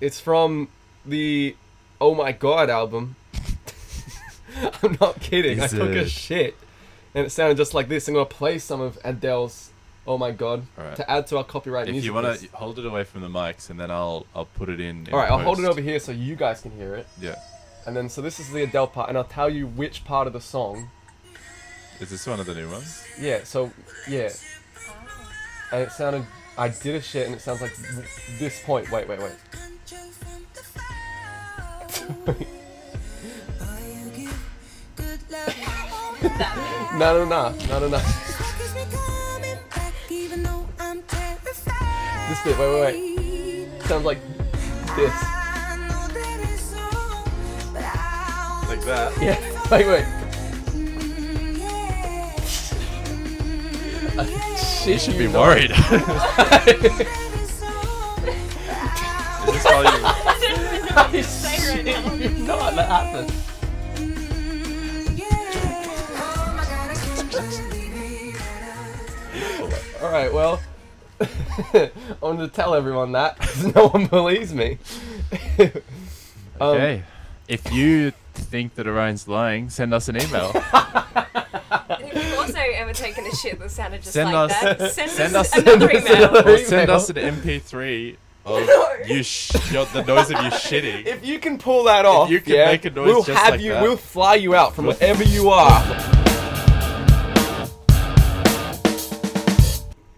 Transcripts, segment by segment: It's from the Oh My God album. I'm not kidding. I Is took a it? shit, and it sounded just like this. I'm gonna play some of Adele's "Oh My God" Alright. to add to our copyright If music. you want list. to hold it away from the mics, and then I'll I'll put it in. in all right, I'll hold it post. over here so you guys can hear it. Yeah, And then, so this is the Adele part, and I'll tell you which part of the song. is this one of the new ones? Yeah, so, yeah. And it sounded, I did a shit, and it sounds like th- this point. Wait, wait, wait. No, no, no, no, no, no. This bit, wait, wait, It sounds like this. Like that. Yeah, wait, wait. You should be worried. Um, is this all you? Not that happened. All right, well, I wanted to tell everyone that 'cause no one believes me. Um, Okay. If you think that Orion's lying, send us an email. If you've also ever taken a shit that sounded just Send like us- that, send, send us, us- another send us email. another- or send email. us an MP3 of you sh- your, the noise of you shitting. If you can pull that off, you can yeah, make a noise we'll just have like you. that. We'll fly you out from wherever you are.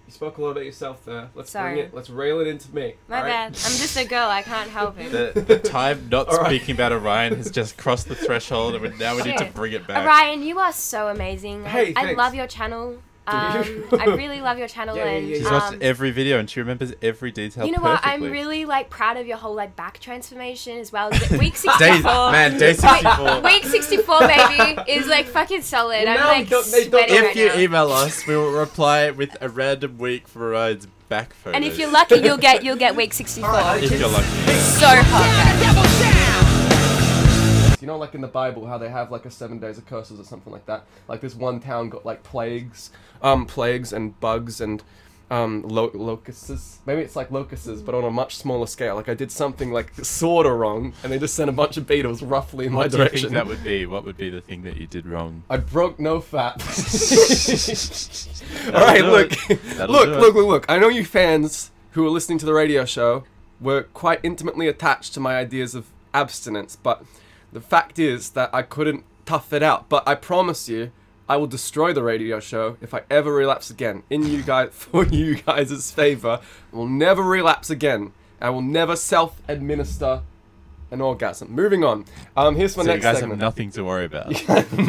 You spoke a lot about yourself there. Let's bring Sorry. it- Let's rail it into me. My bad. I'm just a girl. I can't help it. The, the time not All right. speaking about Orion has just crossed the threshold, and we- now we need to Shit. bring it back. Ryan, you are so amazing. I- Hey, I, thanks. love your channel. Um, you? I really love your channel, Yeah, yeah, and yeah, She's yeah. watched um, every video, and she remembers every detail. you know what? I'm perfectly. really like proud of your whole like back transformation as well. Week 64, Day, man, day 64. week 64, baby, is like fucking solid. Well, I'm now like they don't- they don't- sweating if right you now. email us, we will reply with a random week for Orion's back photos. and if you're lucky, you'll get you'll get week 64. if you're lucky, yeah. So hot. You know, like in the Bible, how they have like a seven days of curses or something like that. Like this one town got like plagues, um, plagues and bugs and um, lo- locusts. Maybe it's like locusts, but on a much smaller scale. Like I did something like sorta wrong, and they just sent a bunch of beetles roughly in my what do you direction. think that would be? What would be the thing that you did wrong? I broke no fat. All right, do look, it. That'll look, do it. look, look, look. I know you fans who are listening to the radio show were quite intimately attached to my ideas of abstinence, but the fact is that I couldn't tough it out. But I promise you, I will destroy the radio show if I ever relapse again. In you guys, for you guys' favor, I will never relapse again. I will never self-administer an orgasm. Moving on. Um, here's my So you next guys segment. have nothing to worry about. Somebody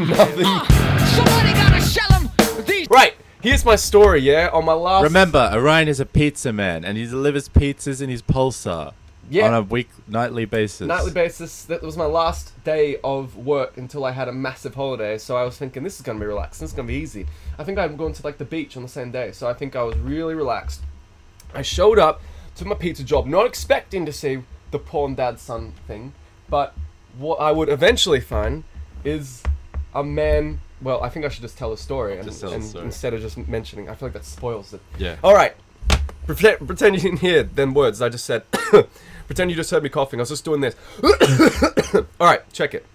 gotta shell him. These Right, here's my story, yeah? On my last. Remember, Orion is a pizza man, and he delivers pizzas in his pulsar Yeah. on a week nightly basis. Nightly basis, that was my last day of work until I had a massive holiday, so I was thinking this is gonna be relaxed, this is gonna be easy. I think I'm going to like the beach on the same day, so I think I was really relaxed. I showed up to my pizza job, not expecting to see the porn dad son thing, but what I would eventually find is a man. Well, I think I should just tell the story, and, Just tell the and story. instead of just mentioning, I feel like that spoils it. Yeah. All right. Pretend, pretend you didn't hear them words I just said. pretend you just heard me coughing. I was just doing this. All right, check it.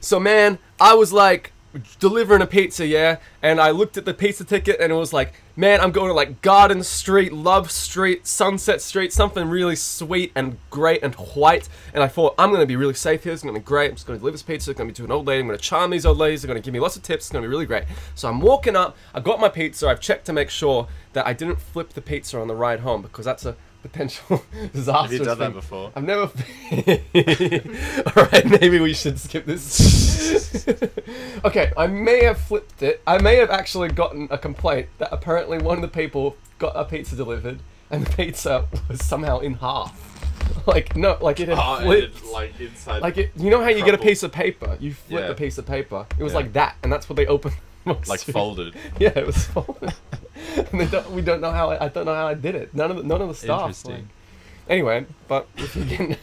So man, I was like delivering a pizza, yeah, and I looked at the pizza ticket and it was like, man, I'm going to like Garden Street, Love Street, Sunset Street, something really sweet and great and white. And I thought I'm gonna be really safe here. It's gonna be great. I'm just gonna deliver this pizza. It's gonna be to an old lady. I'm gonna charm these old ladies. They're gonna give me lots of tips. It's gonna be really great. So I'm walking up. I got my pizza. I've checked to make sure that I didn't flip the pizza on the ride home because that's a potential Have disaster. you done that before? I've never. All right, maybe we should skip this. okay, I may have flipped it. I may have actually gotten a complaint that apparently one of the people got a pizza delivered, and the pizza was somehow in half. Like no, like it had flipped. Ah, like inside. like it, you know how you get a crumpled. piece of paper, you flip Yeah. a piece of paper. It was Yeah. like that, and that's what they opened. most like of it. folded. Yeah, it was folded. and they don't, we don't know how I, I don't know how I did it. None of the, none of the staff. like- Interesting. Anyway, but if you can,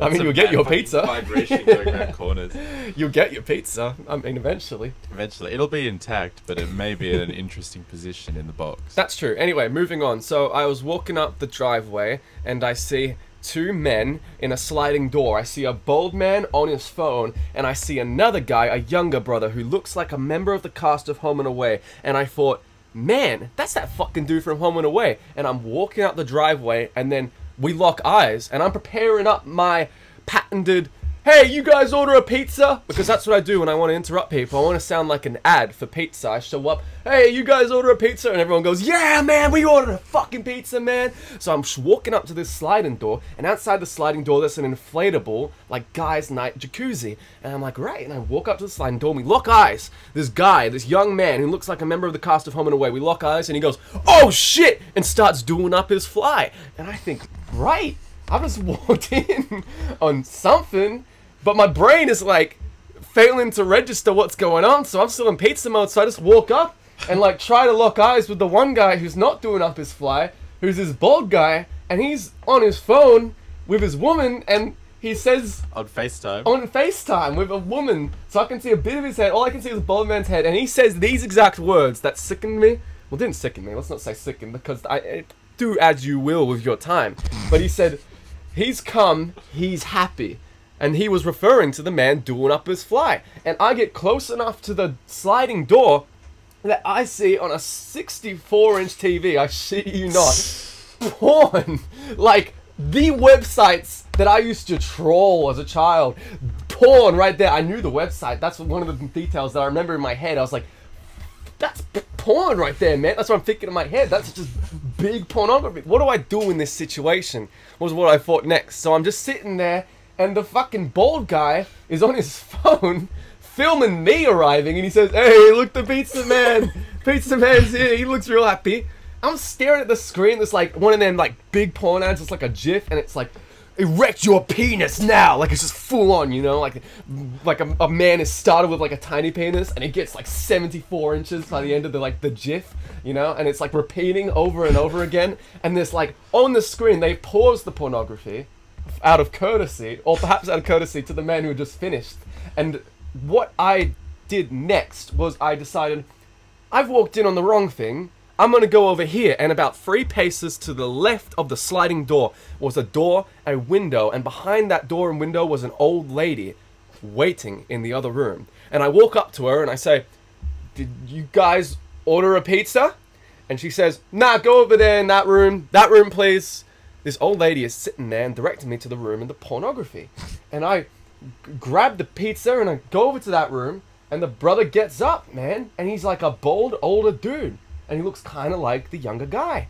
I mean, you'll get your pizza. Vibration going around corners. You'll get your pizza. I mean, eventually. Eventually, it'll be intact, but it may be in an interesting position in the box. That's true. Anyway, moving on. So I was walking up the driveway and I see two men in a sliding door. I see a bald man on his phone, and I see another guy, a younger brother, who looks like a member of the cast of Home and Away. And I thought, man, that's that fucking dude from Home and Away. And I'm walking out the driveway, and then we lock eyes, and I'm preparing up my patented. Hey, you guys order a pizza? Because that's what I do when I want to interrupt people. I want to sound like an ad for pizza. I show up, hey, you guys order a pizza? And everyone goes, yeah, man, we ordered a fucking pizza, man. So I'm sh- walking up to this sliding door, and outside the sliding door, there's an inflatable, like, guys' night jacuzzi. And I'm like, right. And I walk up to the sliding door, and we lock eyes. This guy, this young man who looks like a member of the cast of Home and Away, we lock eyes, and he goes, oh shit, and starts doing up his fly. And I think, right. I just walked in on something, but my brain is like failing to register what's going on, so I'm still in pizza mode, so I just walk up and like try to lock eyes with the one guy who's not doing up his fly, who's this bald guy, and he's on his phone with his woman and he says on FaceTime. on FaceTime with a woman, so I can see a bit of his head. All I can see is a bald man's head, and he says these exact words that sickened me. Well, didn't sicken me. Let's not say sicken because I eh, do as you will with your time. But he said, "He's come. He's happy." And he was referring to the man doing up his fly. And I get close enough to the sliding door that I see on a 64 inch TV, I shit you not, porn. Like, the websites that I used to troll as a child. Porn right there. I knew the website. That's one of the details that I remember in my head. I was like, that's p- porn right there, man. That's what I'm thinking in my head. That's just big pornography. What do I do in this situation? Was what I thought next. So I'm just sitting there, and the fucking bald guy is on his phone filming me arriving, and he says, "Hey, look, the pizza man. pizza man's here. He looks real happy." I'm staring at the screen. There's like one of them like big porn ads. It's like a GIF, and it's like erect your penis now like it's just full on you know like like a, a man is started with like a tiny penis and it gets like 74 inches by the end of the like the gif you know and it's like repeating over and over again and this like on the screen they pause the pornography out of courtesy or perhaps out of courtesy to the man who had just finished and what i did next was i decided I've walked in on the wrong thing. I'm gonna go over here, and about three paces to the left of the sliding door was a door, a window, and behind that door and window was an old lady waiting in the other room. And I walk up to her and I say, Did you guys order a pizza? And she says, Nah, go over there in that room, that room, please. This old lady is sitting there and directing me to the room and the pornography. And I grab the pizza and I go over to that room, and the brother gets up, man, and he's like a bold older dude, and he looks kind of like the younger guy.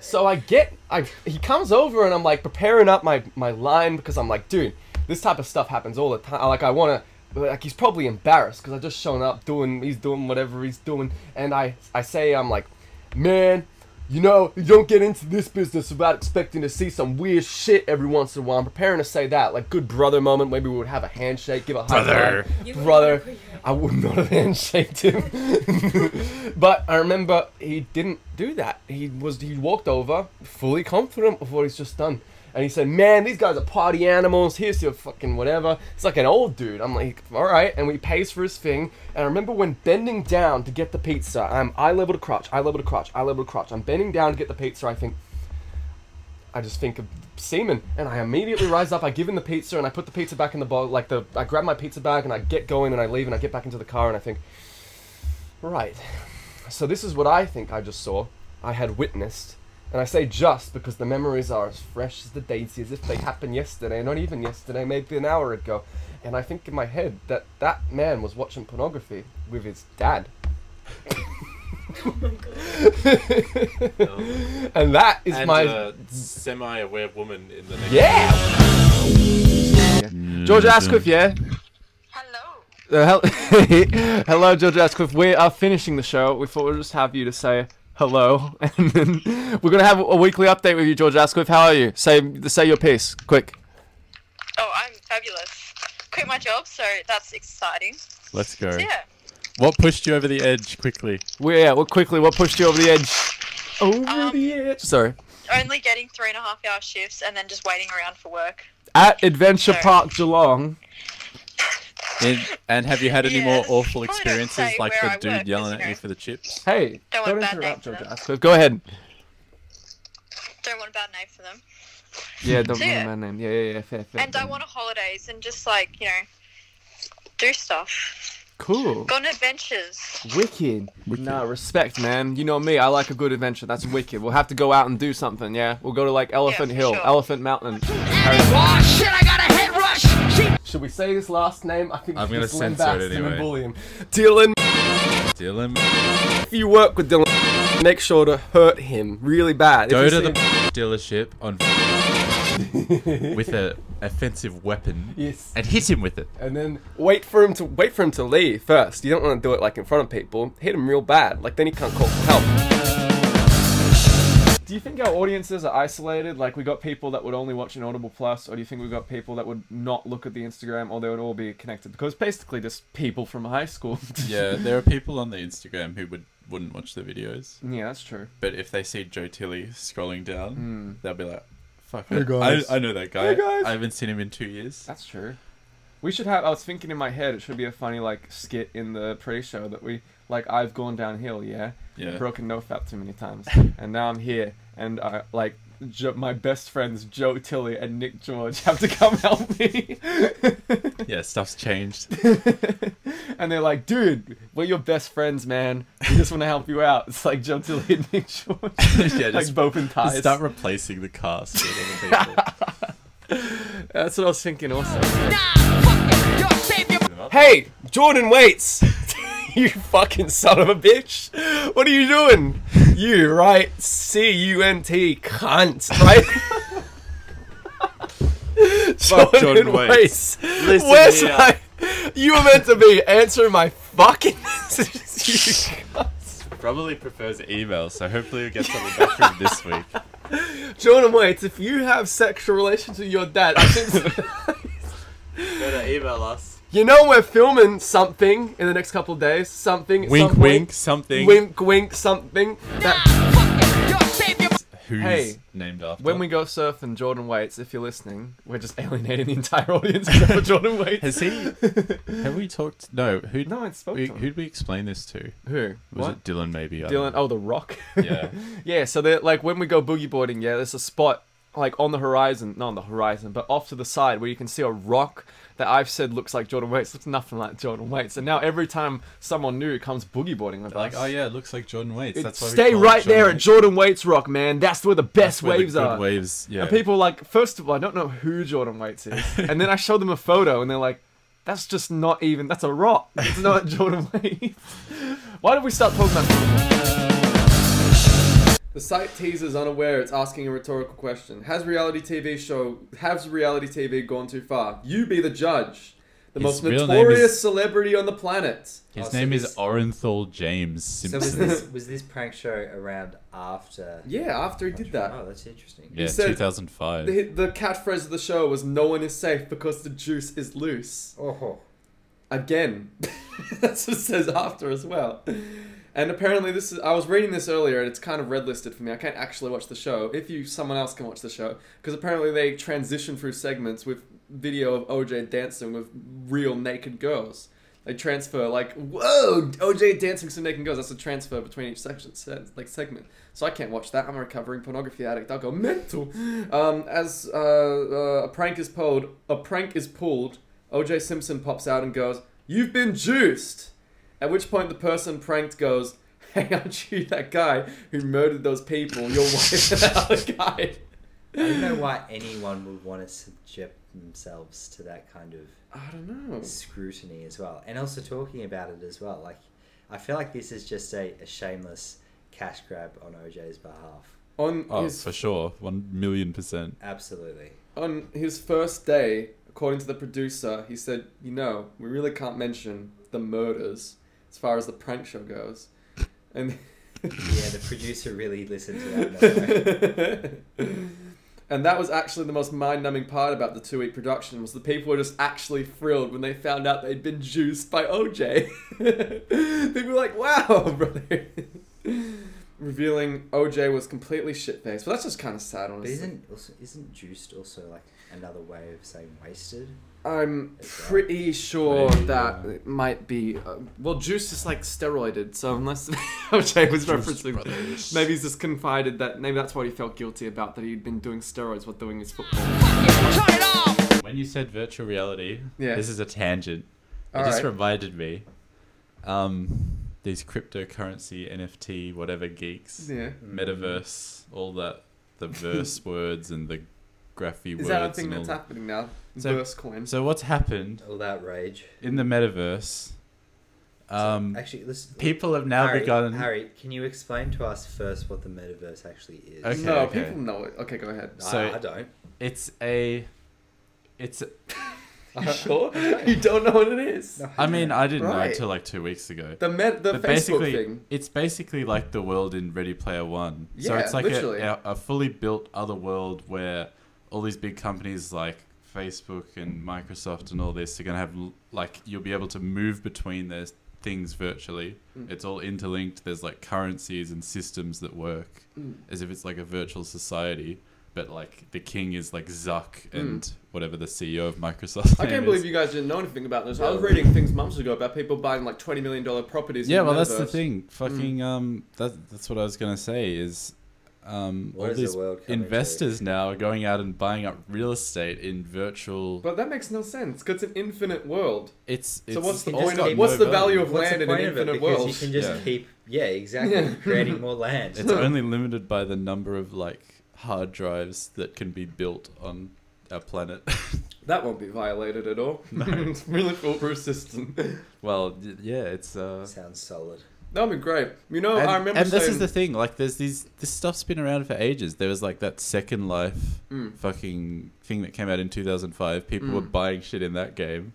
so I get, I he comes over and I'm like preparing up my my line because I'm like, dude, this type of stuff happens all the time. Like I wanna. Like he's probably embarrassed because I just shown up doing he's doing whatever he's doing and I I say I'm like, man, you know, you don't get into this business without expecting to see some weird shit every once in a while. I'm preparing to say that, like good brother moment. Maybe we would have a handshake, give a high Brother. You five, would brother. have put your- I would not have handshaked him, but I remember he didn't do that. He was he walked over fully confident of what he's just done, and he said, "Man, these guys are party animals. Here's your fucking whatever." It's like an old dude. I'm like, "All right," and we pays for his thing. And I remember when bending down to get the pizza, um, I'm eye level to crotch, eye level to crotch, eye level to crotch. I'm bending down to get the pizza. I think, I just think of semen, and I immediately rise up. I give him the pizza, and I put the pizza back in the box. Like the, I grab my pizza bag, and I get going, and I leave, and I get back into the car, and I think, right. So this is what I think I just saw. I had witnessed, and I say just because the memories are as fresh as the daisy, as if they happened yesterday, not even yesterday, maybe an hour ago. And I think in my head that that man was watching pornography with his dad. and that is and uh, my a semi-aware woman in the next yeah. George Asquith, yeah. Hello. Uh, hel- hello, George Asquith. We are finishing the show. We thought we'd just have you to say hello, and then we're gonna have a weekly update with you, George Asquith. How are you? Say say your piece, quick. Oh, I'm fabulous. Quit my job, so that's exciting. Let's go. Yeah. What pushed you over the edge quickly? We yeah, what quickly? What pushed you over the edge? Over Um, the edge. Sorry. Only getting three and a half hour shifts and then just waiting around for work. At Adventure Sorry. Park Geelong. And, and have you had any Yeah. more awful Probably don't experiences say like where the I dude work, yelling 'cause, at you you know. for the chips? Hey, Don't don't want bad interrupt, name George for them. Asquith. Go ahead. Don't want a bad name for them. Yeah, don't So, remember yeah. my name. Yeah, yeah, yeah, fair, fair. And I want to holidays and just like, you know, do stuff. Cool. Go on adventures. Wicked. Nah, respect, man. You know me. I like a good adventure. That's wicked. We'll have to go out and do something. Yeah, we'll go to like Elephant for Hill, sure. Elephant Mountain. Oh shit, I got a head rush. She Should we say his last name? I think I'm gonna it's Dylan censor it Baston and anyway. bully him. Dylan, Dylan, if you work with Dylan, make sure to hurt him really bad. If go you to see the him- dealership on with a offensive weapon Yes. and hit him with it. and then wait for him to wait for him to leave first. You don't want to do it like in front of people. Hit him real bad. Like then he can't call for help. Do you think our audiences are isolated? Like we got people that would only watch Inaudible Plus, or do you think we got people that would not look at the Instagram, or they would all be connected? Because basically, just people from high school. Yeah, there are people on the Instagram who would wouldn't watch the videos, yeah, that's true. but if they see Joe Tilly scrolling down, they'll be like, "Fuck, Hmm. Hey, I- guys. I, I know that guy. Hey, guys." I haven't seen him in two years." That's true. We should have. I was thinking in my head, it should be a funny like skit in the pre-show that we like. I've gone downhill, yeah. Yeah. Broken no fap too many times, and now I'm here, and I like jo- my best friends Joe Tilly and Nick George have to come help me. Yeah, stuff's changed. and they're like, dude, we're your best friends, man. We just want to help you out. It's like Joe Tilly and Nick George. Yeah, like just- both in ties. Start replacing the cast with other people. That's what I was thinking also. nah, fuck it. Your savior. Hey, Jordan Waits! you fucking son of a bitch! What are you doing? You right? C U N T cunt, right? Fuck Jordan Waits. Listen Where's my? You were meant to be answering my fucking messages. you cunts. Probably prefers email, so hopefully we get something back from him this week. Jordan Waits, if you have sexual relations with your dad, I think Better email us. you know we're filming something in the next couple of days. Something. Wink, some wink, something. Wink, wink, something. That- Nah, fuck it. Your savior. Who's Hey, named after? When we go surfing, Jordan Waits, if you're listening, we're just alienating the entire audience except for Jordan Waits. has he? have we talked? No. Who? No, I spoke we, to him. Who'd we explain this to? Who? Was what? it Dylan? Maybe. I Dylan? don't know. Oh, The Rock. Yeah. yeah. So they're like when we go boogie boarding, yeah, there's a spot like on the horizon, not on the horizon, but off to the side where you can see a rock that I've said looks like Jordan Waits, looks nothing like Jordan Waits, and now every time someone new comes boogie boarding with Like, us, oh yeah, it looks like Jordan Waits. it- That's why we stay call it right Jordan there at Waits. Jordan Waits Rock, man. That's where the best That's where the waves good are. Waves. Yeah. And people are like, first of all, I don't know who Jordan Waits is. And then I show them a photo and they're like, that's just not even, that's a rock. It's not Jordan Waits. Why did we start talking about The site teaser's unaware it's asking a rhetorical question. Has reality TV show, has reality TV gone too far? You be the judge. The most His real name notorious is- celebrity on the planet. His Oh, so name this- is Orenthal James So Simpson. was this was this prank show around after? Yeah, after he did that. Oh, that's interesting. yeah, said- 2005. The, the catchphrase of the show was "No one is safe because the juice is loose." Oh, again. That's what it says after as well. And apparently, this is. I was reading this earlier, and it's kind of red listed for me. I can't actually watch the show. If you, someone else can watch the show, because apparently they transition through segments with video of OJ dancing with real naked girls. They transfer like, whoa, OJ dancing some naked girls. That's a transfer between each section, se- like segment. So I can't watch that. I'm a recovering pornography addict. I'll go mental. Um, as uh, uh, a prank is pulled, a prank is pulled. OJ Simpson pops out and goes, "You've been juiced." At which point the person pranked goes, "Hey, aren't you that guy who murdered those people? Your wife and that other guy." I don't know why anyone would want to subject themselves to that kind of I don't know. scrutiny as well, and also talking about it as well. Like, I feel like this is just a, a shameless cash grab on OJ's behalf. On oh, his for sure, one million percent. Absolutely. on his first day, according to the producer, he said, "You know, we really can't mention the murders as far as the prank show goes," and. Yeah, the producer really listened to that. didn't they? and that was actually the most mind-numbing part about the two-week production was the people were just actually thrilled when they found out they'd been juiced by OJ. they were like, "Wow, brother!" Revealing OJ was completely shit-faced, but that's just kind of sad, But honestly. isn't also, isn't juiced also like another way of saying wasted? I'm pretty sure that it might be. Uh, well, Juice is like steroided, so unless OJ was referencing, Brothers. maybe he's just confided that maybe that's what he felt guilty about that he'd been doing steroids while doing his football. Turn it off. When you said virtual reality, Yeah. this is a tangent. it Alright. just reminded me, um, these cryptocurrency, NFT, whatever geeks, Yeah. metaverse, all that, the verse words and the graphy words. Is that a thing and all that's that. happening now? So- Verse coins. So what's happened All that rage. in the metaverse? Um, Actually, listen. people have now Harry, begun. Harry, can you explain to us first what the metaverse actually is? Okay, no, okay. people know it. Okay, go ahead. No, so- I, I don't. It's a, it's. A, you sure? You don't know what it is? No, I mean, I didn't know Right. until like two weeks ago. The met, the but Facebook basically, thing. it's basically like the world in Ready Player One. so Yeah, it's like literally. a, a, a fully built other world where all these big companies like Facebook and Microsoft and all this are gonna have l- like you'll be able to move between their things virtually. Mm. It's all interlinked. There's like currencies and systems that work Mm. as if it's like a virtual society. But like the king is like Zuck and whatever the CEO of Microsoft. Mm. I can't believe you guys didn't know anything about this. I was reading things months ago about people buying like twenty million dollar properties. Yeah, in well, that's the metaverse. thing. Fucking um, that that's what I was gonna say is, um, What all is the these world coming to? investors now are going out and buying up real estate in virtual. But that makes no sense because it's an infinite world. it's, it's so what's the it's point? got Of, what's no the value value. of land in an infinite because world? you can just Yeah. keep yeah exactly Yeah. creating more land. It's only limited by the number of like hard drives that can be built on our planet. That won't be violated at all. it's really foolproof system. well, y- yeah, it's uh. Sounds solid. That'd be great. You know, and, I remember and saying, this is the thing like there's these this stuff's been around for ages there was like that second life Hmm. fucking thing that came out in 2005 people were buying shit in that game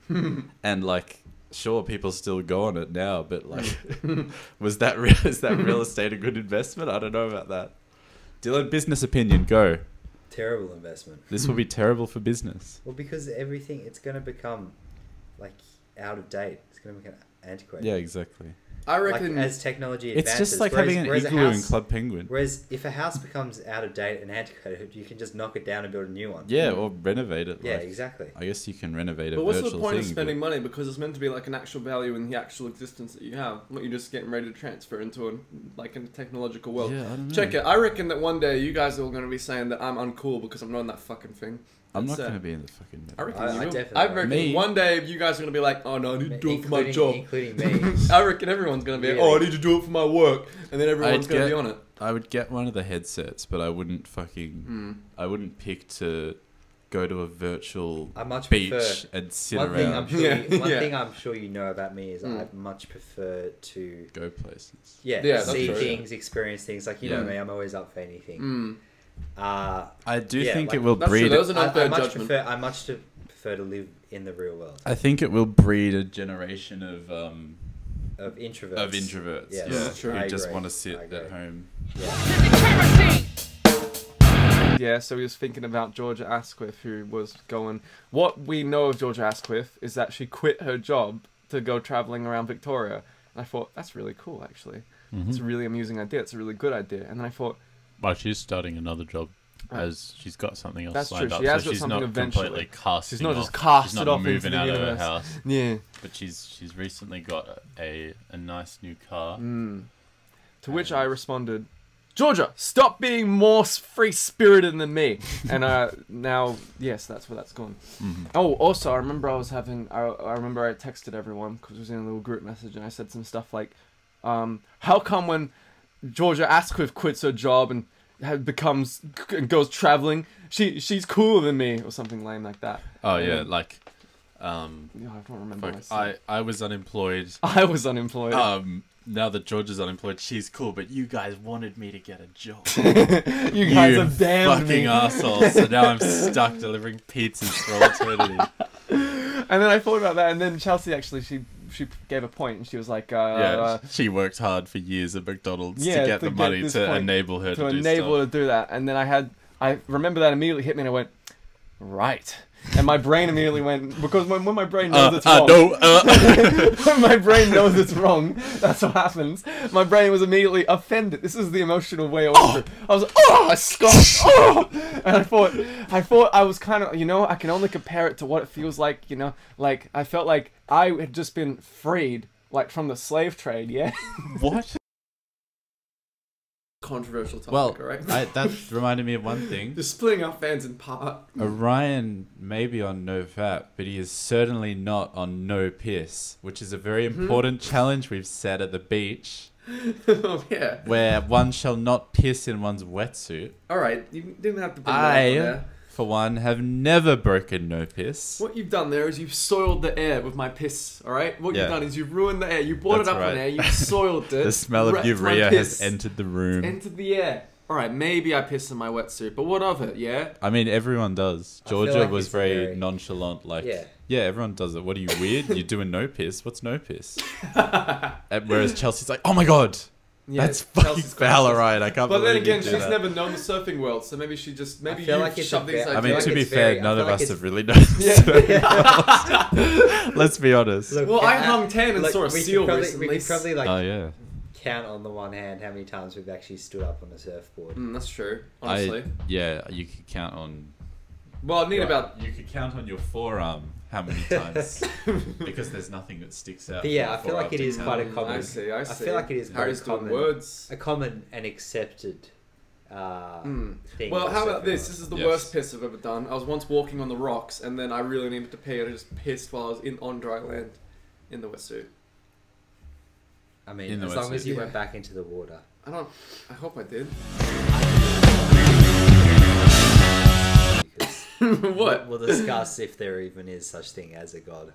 and like sure people still go on it now but like was that real is that real estate a good investment i don't know about that dylan business opinion go Terrible investment. this will be terrible for business Well, because everything it's going to become like out of date. It's going to become antiquated. yeah exactly I Like, reckon as technology it's advances, just like whereas- having an whereas a igloo in house- club penguin Whereas if a house becomes out of date and antiquated, you can just knock it down and build a new one. yeah or renovate it Yeah, like- exactly. i guess you can renovate a Hmm. But what's the virtual point of thing, but- spending money? Because it's meant to be like an actual value in the actual existence that you have, not you just getting ready to transfer into a like a technological world. Yeah, I don't know. Check it. I reckon that one day you guys are all going to be saying that I'm uncool because I'm not in that fucking thing. i'm not That's, uh, going to be in the fucking I reckon I- you I will. definitely I will. reckon Me- one day you guys are going to be like, oh no, I need to do it for my Including- job. including me. I reckon everyone's going to be, oh, I Really? need to do it for my work, and then everyone's I'd going to get- be on it. I would get one of the headsets, but I wouldn't fucking. Hmm. I wouldn't pick to go to a virtual I much beach prefer- and sit One thing, I'm around, sure Yeah, you, one yeah. Mm. thing I'm sure you know about me is I much prefer to go places. yeah, Yeah, that's see true. Mm. things, experience things. Like you know Yeah. me, I'm always up for anything. Hmm. Uh, I do Yeah, think like- it will That's breed. true. Those are I, not I fair much judgment. prefer. I much to prefer to live in the real world I think it will breed a generation of um of introverts. of introverts. Yes, yeah, that's true. I who just agree. want I to sit agree. at home. Yeah, so he was thinking about Georgia Asquith, who was going. What we know of Georgia Asquith is that she quit her job to go traveling around Victoria. And I thought, that's really cool, actually. It's a really amusing idea. It's a really good idea. And then I thought, Well, she's starting another job Right. as she's got something else That's lined true, up. she has so got she's something not eventually. completely cast. She's not just off. cast She's it not off into moving the out of universe. her house, yeah. but she's she's recently got a a nice new car. Hmm. To which I responded, Georgia, stop being more free spirited than me. and uh, now, yes, that's where that's gone. Mm-hmm. Oh, also, I remember I was having, I, I remember I texted everyone because it was in a little group message and I said some stuff like, um, how come when Georgia Asquith quits her job and ha- becomes and goes traveling, she she's cooler than me or something lame like that. Oh Yeah. yeah, like um, Yeah, I don't remember. fuck, what I, I said. I was unemployed. I was unemployed. Um, now that George is unemployed, she's cool, but you guys wanted me to get a job. you guys you have damned fucking me. arsehole. So now I'm stuck delivering pizzas for all eternity. And then I thought about that, and then Chelsea actually she she gave a point, and she was like, uh, yeah, she worked hard for years at McDonald's Yeah, to get to the get money this to point- enable her to, to do enable stuff. her to do that. And then I had I remember that immediately hit me, and I went, right. and my brain immediately went because when, when my brain knows Uh, it's uh, wrong, no, uh, when my brain knows it's wrong, that's what happens. My brain was immediately offended. This is the emotional way. Over. I was like, oh, Scott, oh, and I thought, I thought I was kind of, you know, I can only compare it to what it feels like, you know, like I felt like I had just been freed, like from the slave trade, yeah. uh, what? Controversial topic, Well, all right? I, that reminded me of one thing. Just splitting our fans in part. Orion may be on no fat, but he is certainly not on no piss, which is a very Mm-hmm. important challenge we've set at the beach, oh, yeah. where one shall not piss in one's wetsuit. All right. You didn't have to bring that up on I, there. for one, have never broken no piss. What you've done there is you've soiled the air with my piss, all right? What Yeah. you've done is you've ruined the air. You brought That's it up right. in air. You've soiled it. The smell of wrecked my urea has piss, entered the room. entered the air. All right, maybe I pissed in my wetsuit, but what of it, yeah? I mean, everyone does. I feel Georgia like was it's very, very- nonchalant, like, yeah. Yeah. everyone does it. What are you weird? You're doing no piss. What's no piss? And whereas Chelsea's like, oh my god, Yeah, that's fucking Chelsea's foul, conscious. right? I can't. But then believe you again, do she's that. never known the surfing world, so maybe she just maybe I feel you like it's shoved a these fair- I I mean, feel to like be it's fair, very- I none feel of like us it's- have really noticed. Let's be honest. Well, I uh, hung 10 and saw a we could seal probably, recently. We could probably like oh yeah, count on the one hand how many times we've actually stood up on a surfboard. Mm, that's true, honestly. I yeah, you could count on. Well, I need Right, about you could count on your forearm how many times because there's nothing that sticks out. But yeah, from I a feel like forearm it to is count. quite a Mm, common. I see, I see. feel like it is quite Harry's a doing common, words. a common and accepted uh, thing. Mm. Well, for how about surfing this? world. This is the Yes. worst piss I've ever done. I was once walking on the rocks, and then I really needed to pee, and I just pissed while I was in on dry land in the wetsuit. I mean, In the as long wetsuit. as you Yeah. went back into the water. I don't. I hope I did. because what? We'll discuss if there even is such thing as a god.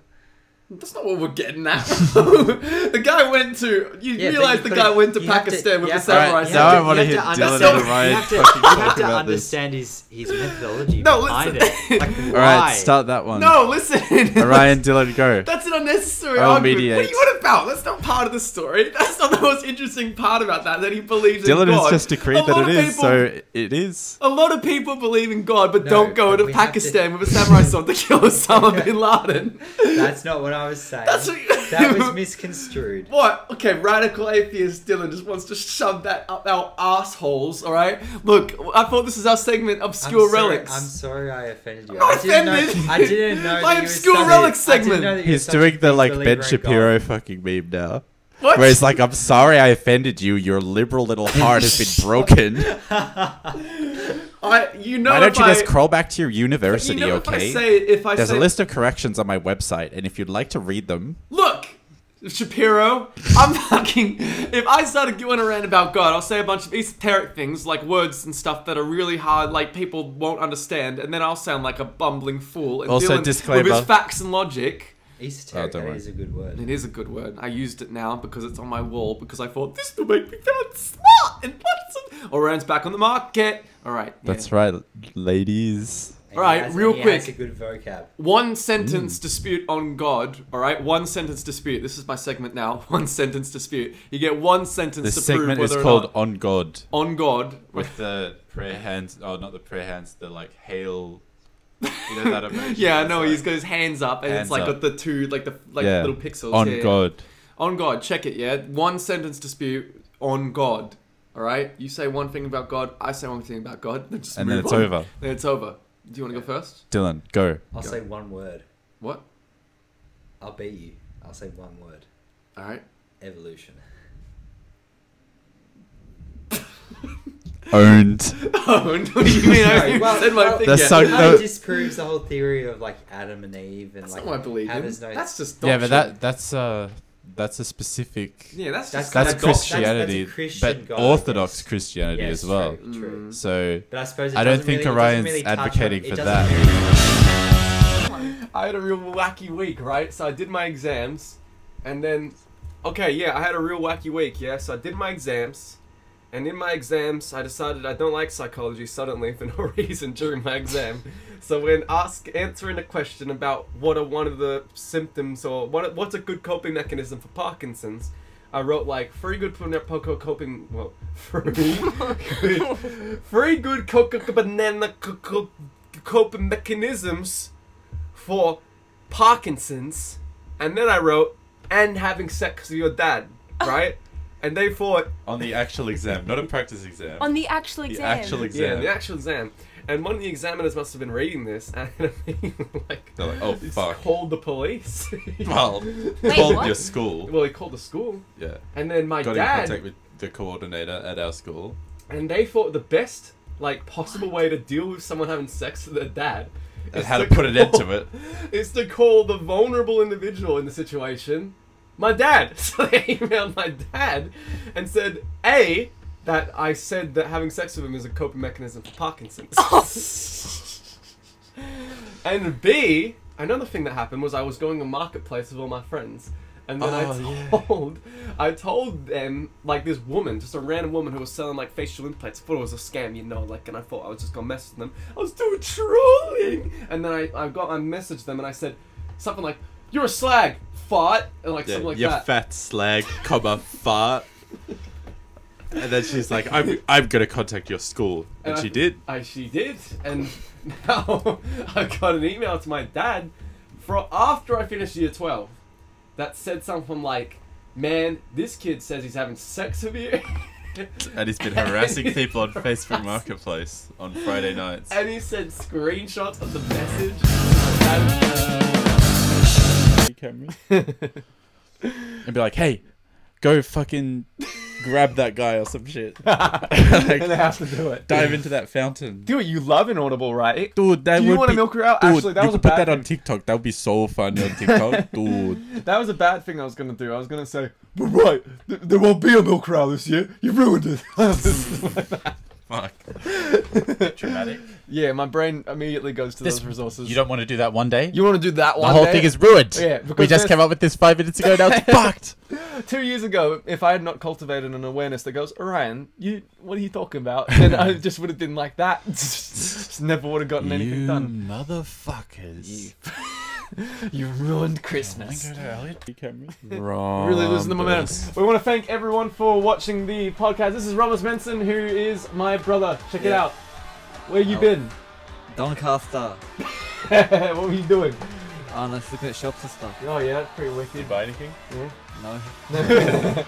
That's not what we're getting at. the guy went to. You Yeah, but realize you the could've- guy went to you have to- Pakistan with you the have to- samurai. Alright, sword. now I wanna you hear have Dylan understand- and Ryan You have to, fucking you have talk to about this. understand his, his methodology No, behind listen. it. Like, why? All right, start that one. No, listen. Ryan Dylan, go. That's an unnecessary I'll argument. What mediate. are you on about? That's not part of the story. That's not the most interesting part about that. That he believes in Dylan God. has just A decreed lot that it of is, people- so it is. A lot of people believe in God, but No, don't go but to we have Pakistan with a samurai sword to kill Osama bin Laden. That's not what I was saying. That's what you- That was misconstrued. What? Okay, radical atheist Dylan just wants to shove that up our assholes, alright? Look, I thought this is our segment, I'm Obscure sorry- Relics. I'm sorry I offended you. not I didn't offended. know. I didn't know. My that you were obscure such a- relics I didn't know segment. that you were He's such a doing the big like Ben believer in God. Shapiro fucking meme now. what? Where it's like, I'm sorry I offended you. Your liberal little heart has been broken. I, you know Why don't if you I, just crawl back to your you university, know if I okay? say, if I There's say, a list of corrections on my website, and if you'd like to read them, Look, Shapiro, I'm fucking. If I started going around about God, I'll say a bunch of esoteric things like words and stuff that are really hard, like people won't understand, and then I'll sound like a bumbling fool. And Also, Dylan, with disclaimer. his facts and logic. Esoteric. Oh, don't that worry. is a good word. It is a good word. I used it now because it's on my wall because I thought this will make me sound smart and what's Orion's back on the market. All right. that's right, ladies. And he Alright, has- real and he has quick. a good vocab. One sentence dispute on God, all right? One sentence dispute. This is my segment now. One sentence dispute. You get one sentence This to segment prove is whether or called not On God. on God. With the prayer hands, oh, not the prayer hands, the like hail. You know that emoji? Yeah, no, It's he's got his hands up, and Hands it's like up. got the two, like the like Yeah. little pixels. On Yeah, yeah. God. on God. Check it. Yeah, one sentence dispute on God. All right, you say one thing about God, I say one thing about God, then just And then move it's on. over. Then it's over. Do you want to go first? Dylan, go. I'll say one word. What? I'll beat you. I'll say one word. All right. Evolution. Owned. Oh no, you mean I Sorry, well, said my well, thing? That's yet. so- It No. kind of disproves the whole theory of like Adam and Eve and That's like not what I believe how in. there's no That's just Yeah, but doctrine. that that's uh that's a specific yeah, that's That's- just that's kinda that's- doctrine. Christianity, that's a Christian but God, I Orthodox guess. Christianity yeah, as it's well. True, Mm. true. So But I suppose it I don't doesn't think really, it doesn't Orion's really touch on- advocating it for doesn't that. really- I had a real wacky week, right? So I did my exams, and then, okay, yeah, I had a real wacky week, yeah. So I did my exams, and in my exams, I decided I don't like psychology suddenly for no reason during my exam. So when ask answering a question about what are one of the symptoms or what what's a good coping mechanism for Parkinson's, I wrote like three good pro- po- co- coping well three good three good co- co- banana co- co- coping mechanisms for Parkinson's, and then I wrote, and having sex with your dad, right? and they thought, on the actual exam, not a practice exam. On the actual the exam. actual yeah, exam. the actual exam. And one of the examiners must have been reading this, and like, They're like, oh "He's fuck. called the police. Well, Wait, called what? your school. well, he called the school, Yeah. and then my Got in dad, contact with the coordinator at our school. and they thought the best like possible way to deal with someone having sex with their dad And how to put an end to it. is to call the vulnerable individual in the situation my dad. So they emailed my dad and said, A, that I said that having sex with him is a coping mechanism for Parkinson's. Oh. and B, another thing that happened was I was going to marketplace with all my friends. And then Oh, yeah. I told, I told them like this woman, just a random woman who was selling like facial implants. I thought it was a scam, you know, like, and I thought I was just gonna mess with them. I was doing trolling, and then I, I got, I messaged them and I said something like, "You're a slag, fart," and like something like you that. fat slag, comma fart. And then she's like, I'm, I'm gonna contact your school. And, And I- she did. I she did, and now I got an email to my dad for after I finished year twelve that said something like, "Man, this kid says he's having sex with you," And he's been harassing people on Facebook Marketplace on Friday nights. and he sent screenshots of the message. And- And be like, hey, go fucking grab that guy or some shit. and they have to do it. Dive into that fountain. Do what you love in Audible, right? Dude, that Do you would want to be- milk her out? Dude, Actually, that you was a could put bad. that Thing. on TikTok. That would be so funny on TikTok, dude. That was a bad thing I was gonna do. I was gonna say, "But right, th- there won't be a milk row this year. You ruined it." Fuck. Dramatic. yeah, my brain immediately goes to This- those resources. You don't want to do that one day. You want to do that the one? whole day? thing is ruined. Yeah, because we just there's- came up with this five minutes ago. Now it's fucked. two years ago. If I had not cultivated an awareness that goes, Orion, you, what are you talking about? Then I just would have been like that. just never would have gotten anything done. motherfuckers. You ruined Christmas. Wrong. really losing the momentum. We want to thank everyone for watching the podcast. This is Robert Benson, who is my brother. Check it out. Where you Oh. been? Doncaster. what were you doing? Oh, no, it's looking at shops and stuff. Oh yeah, that's pretty wicked. buy anything? No.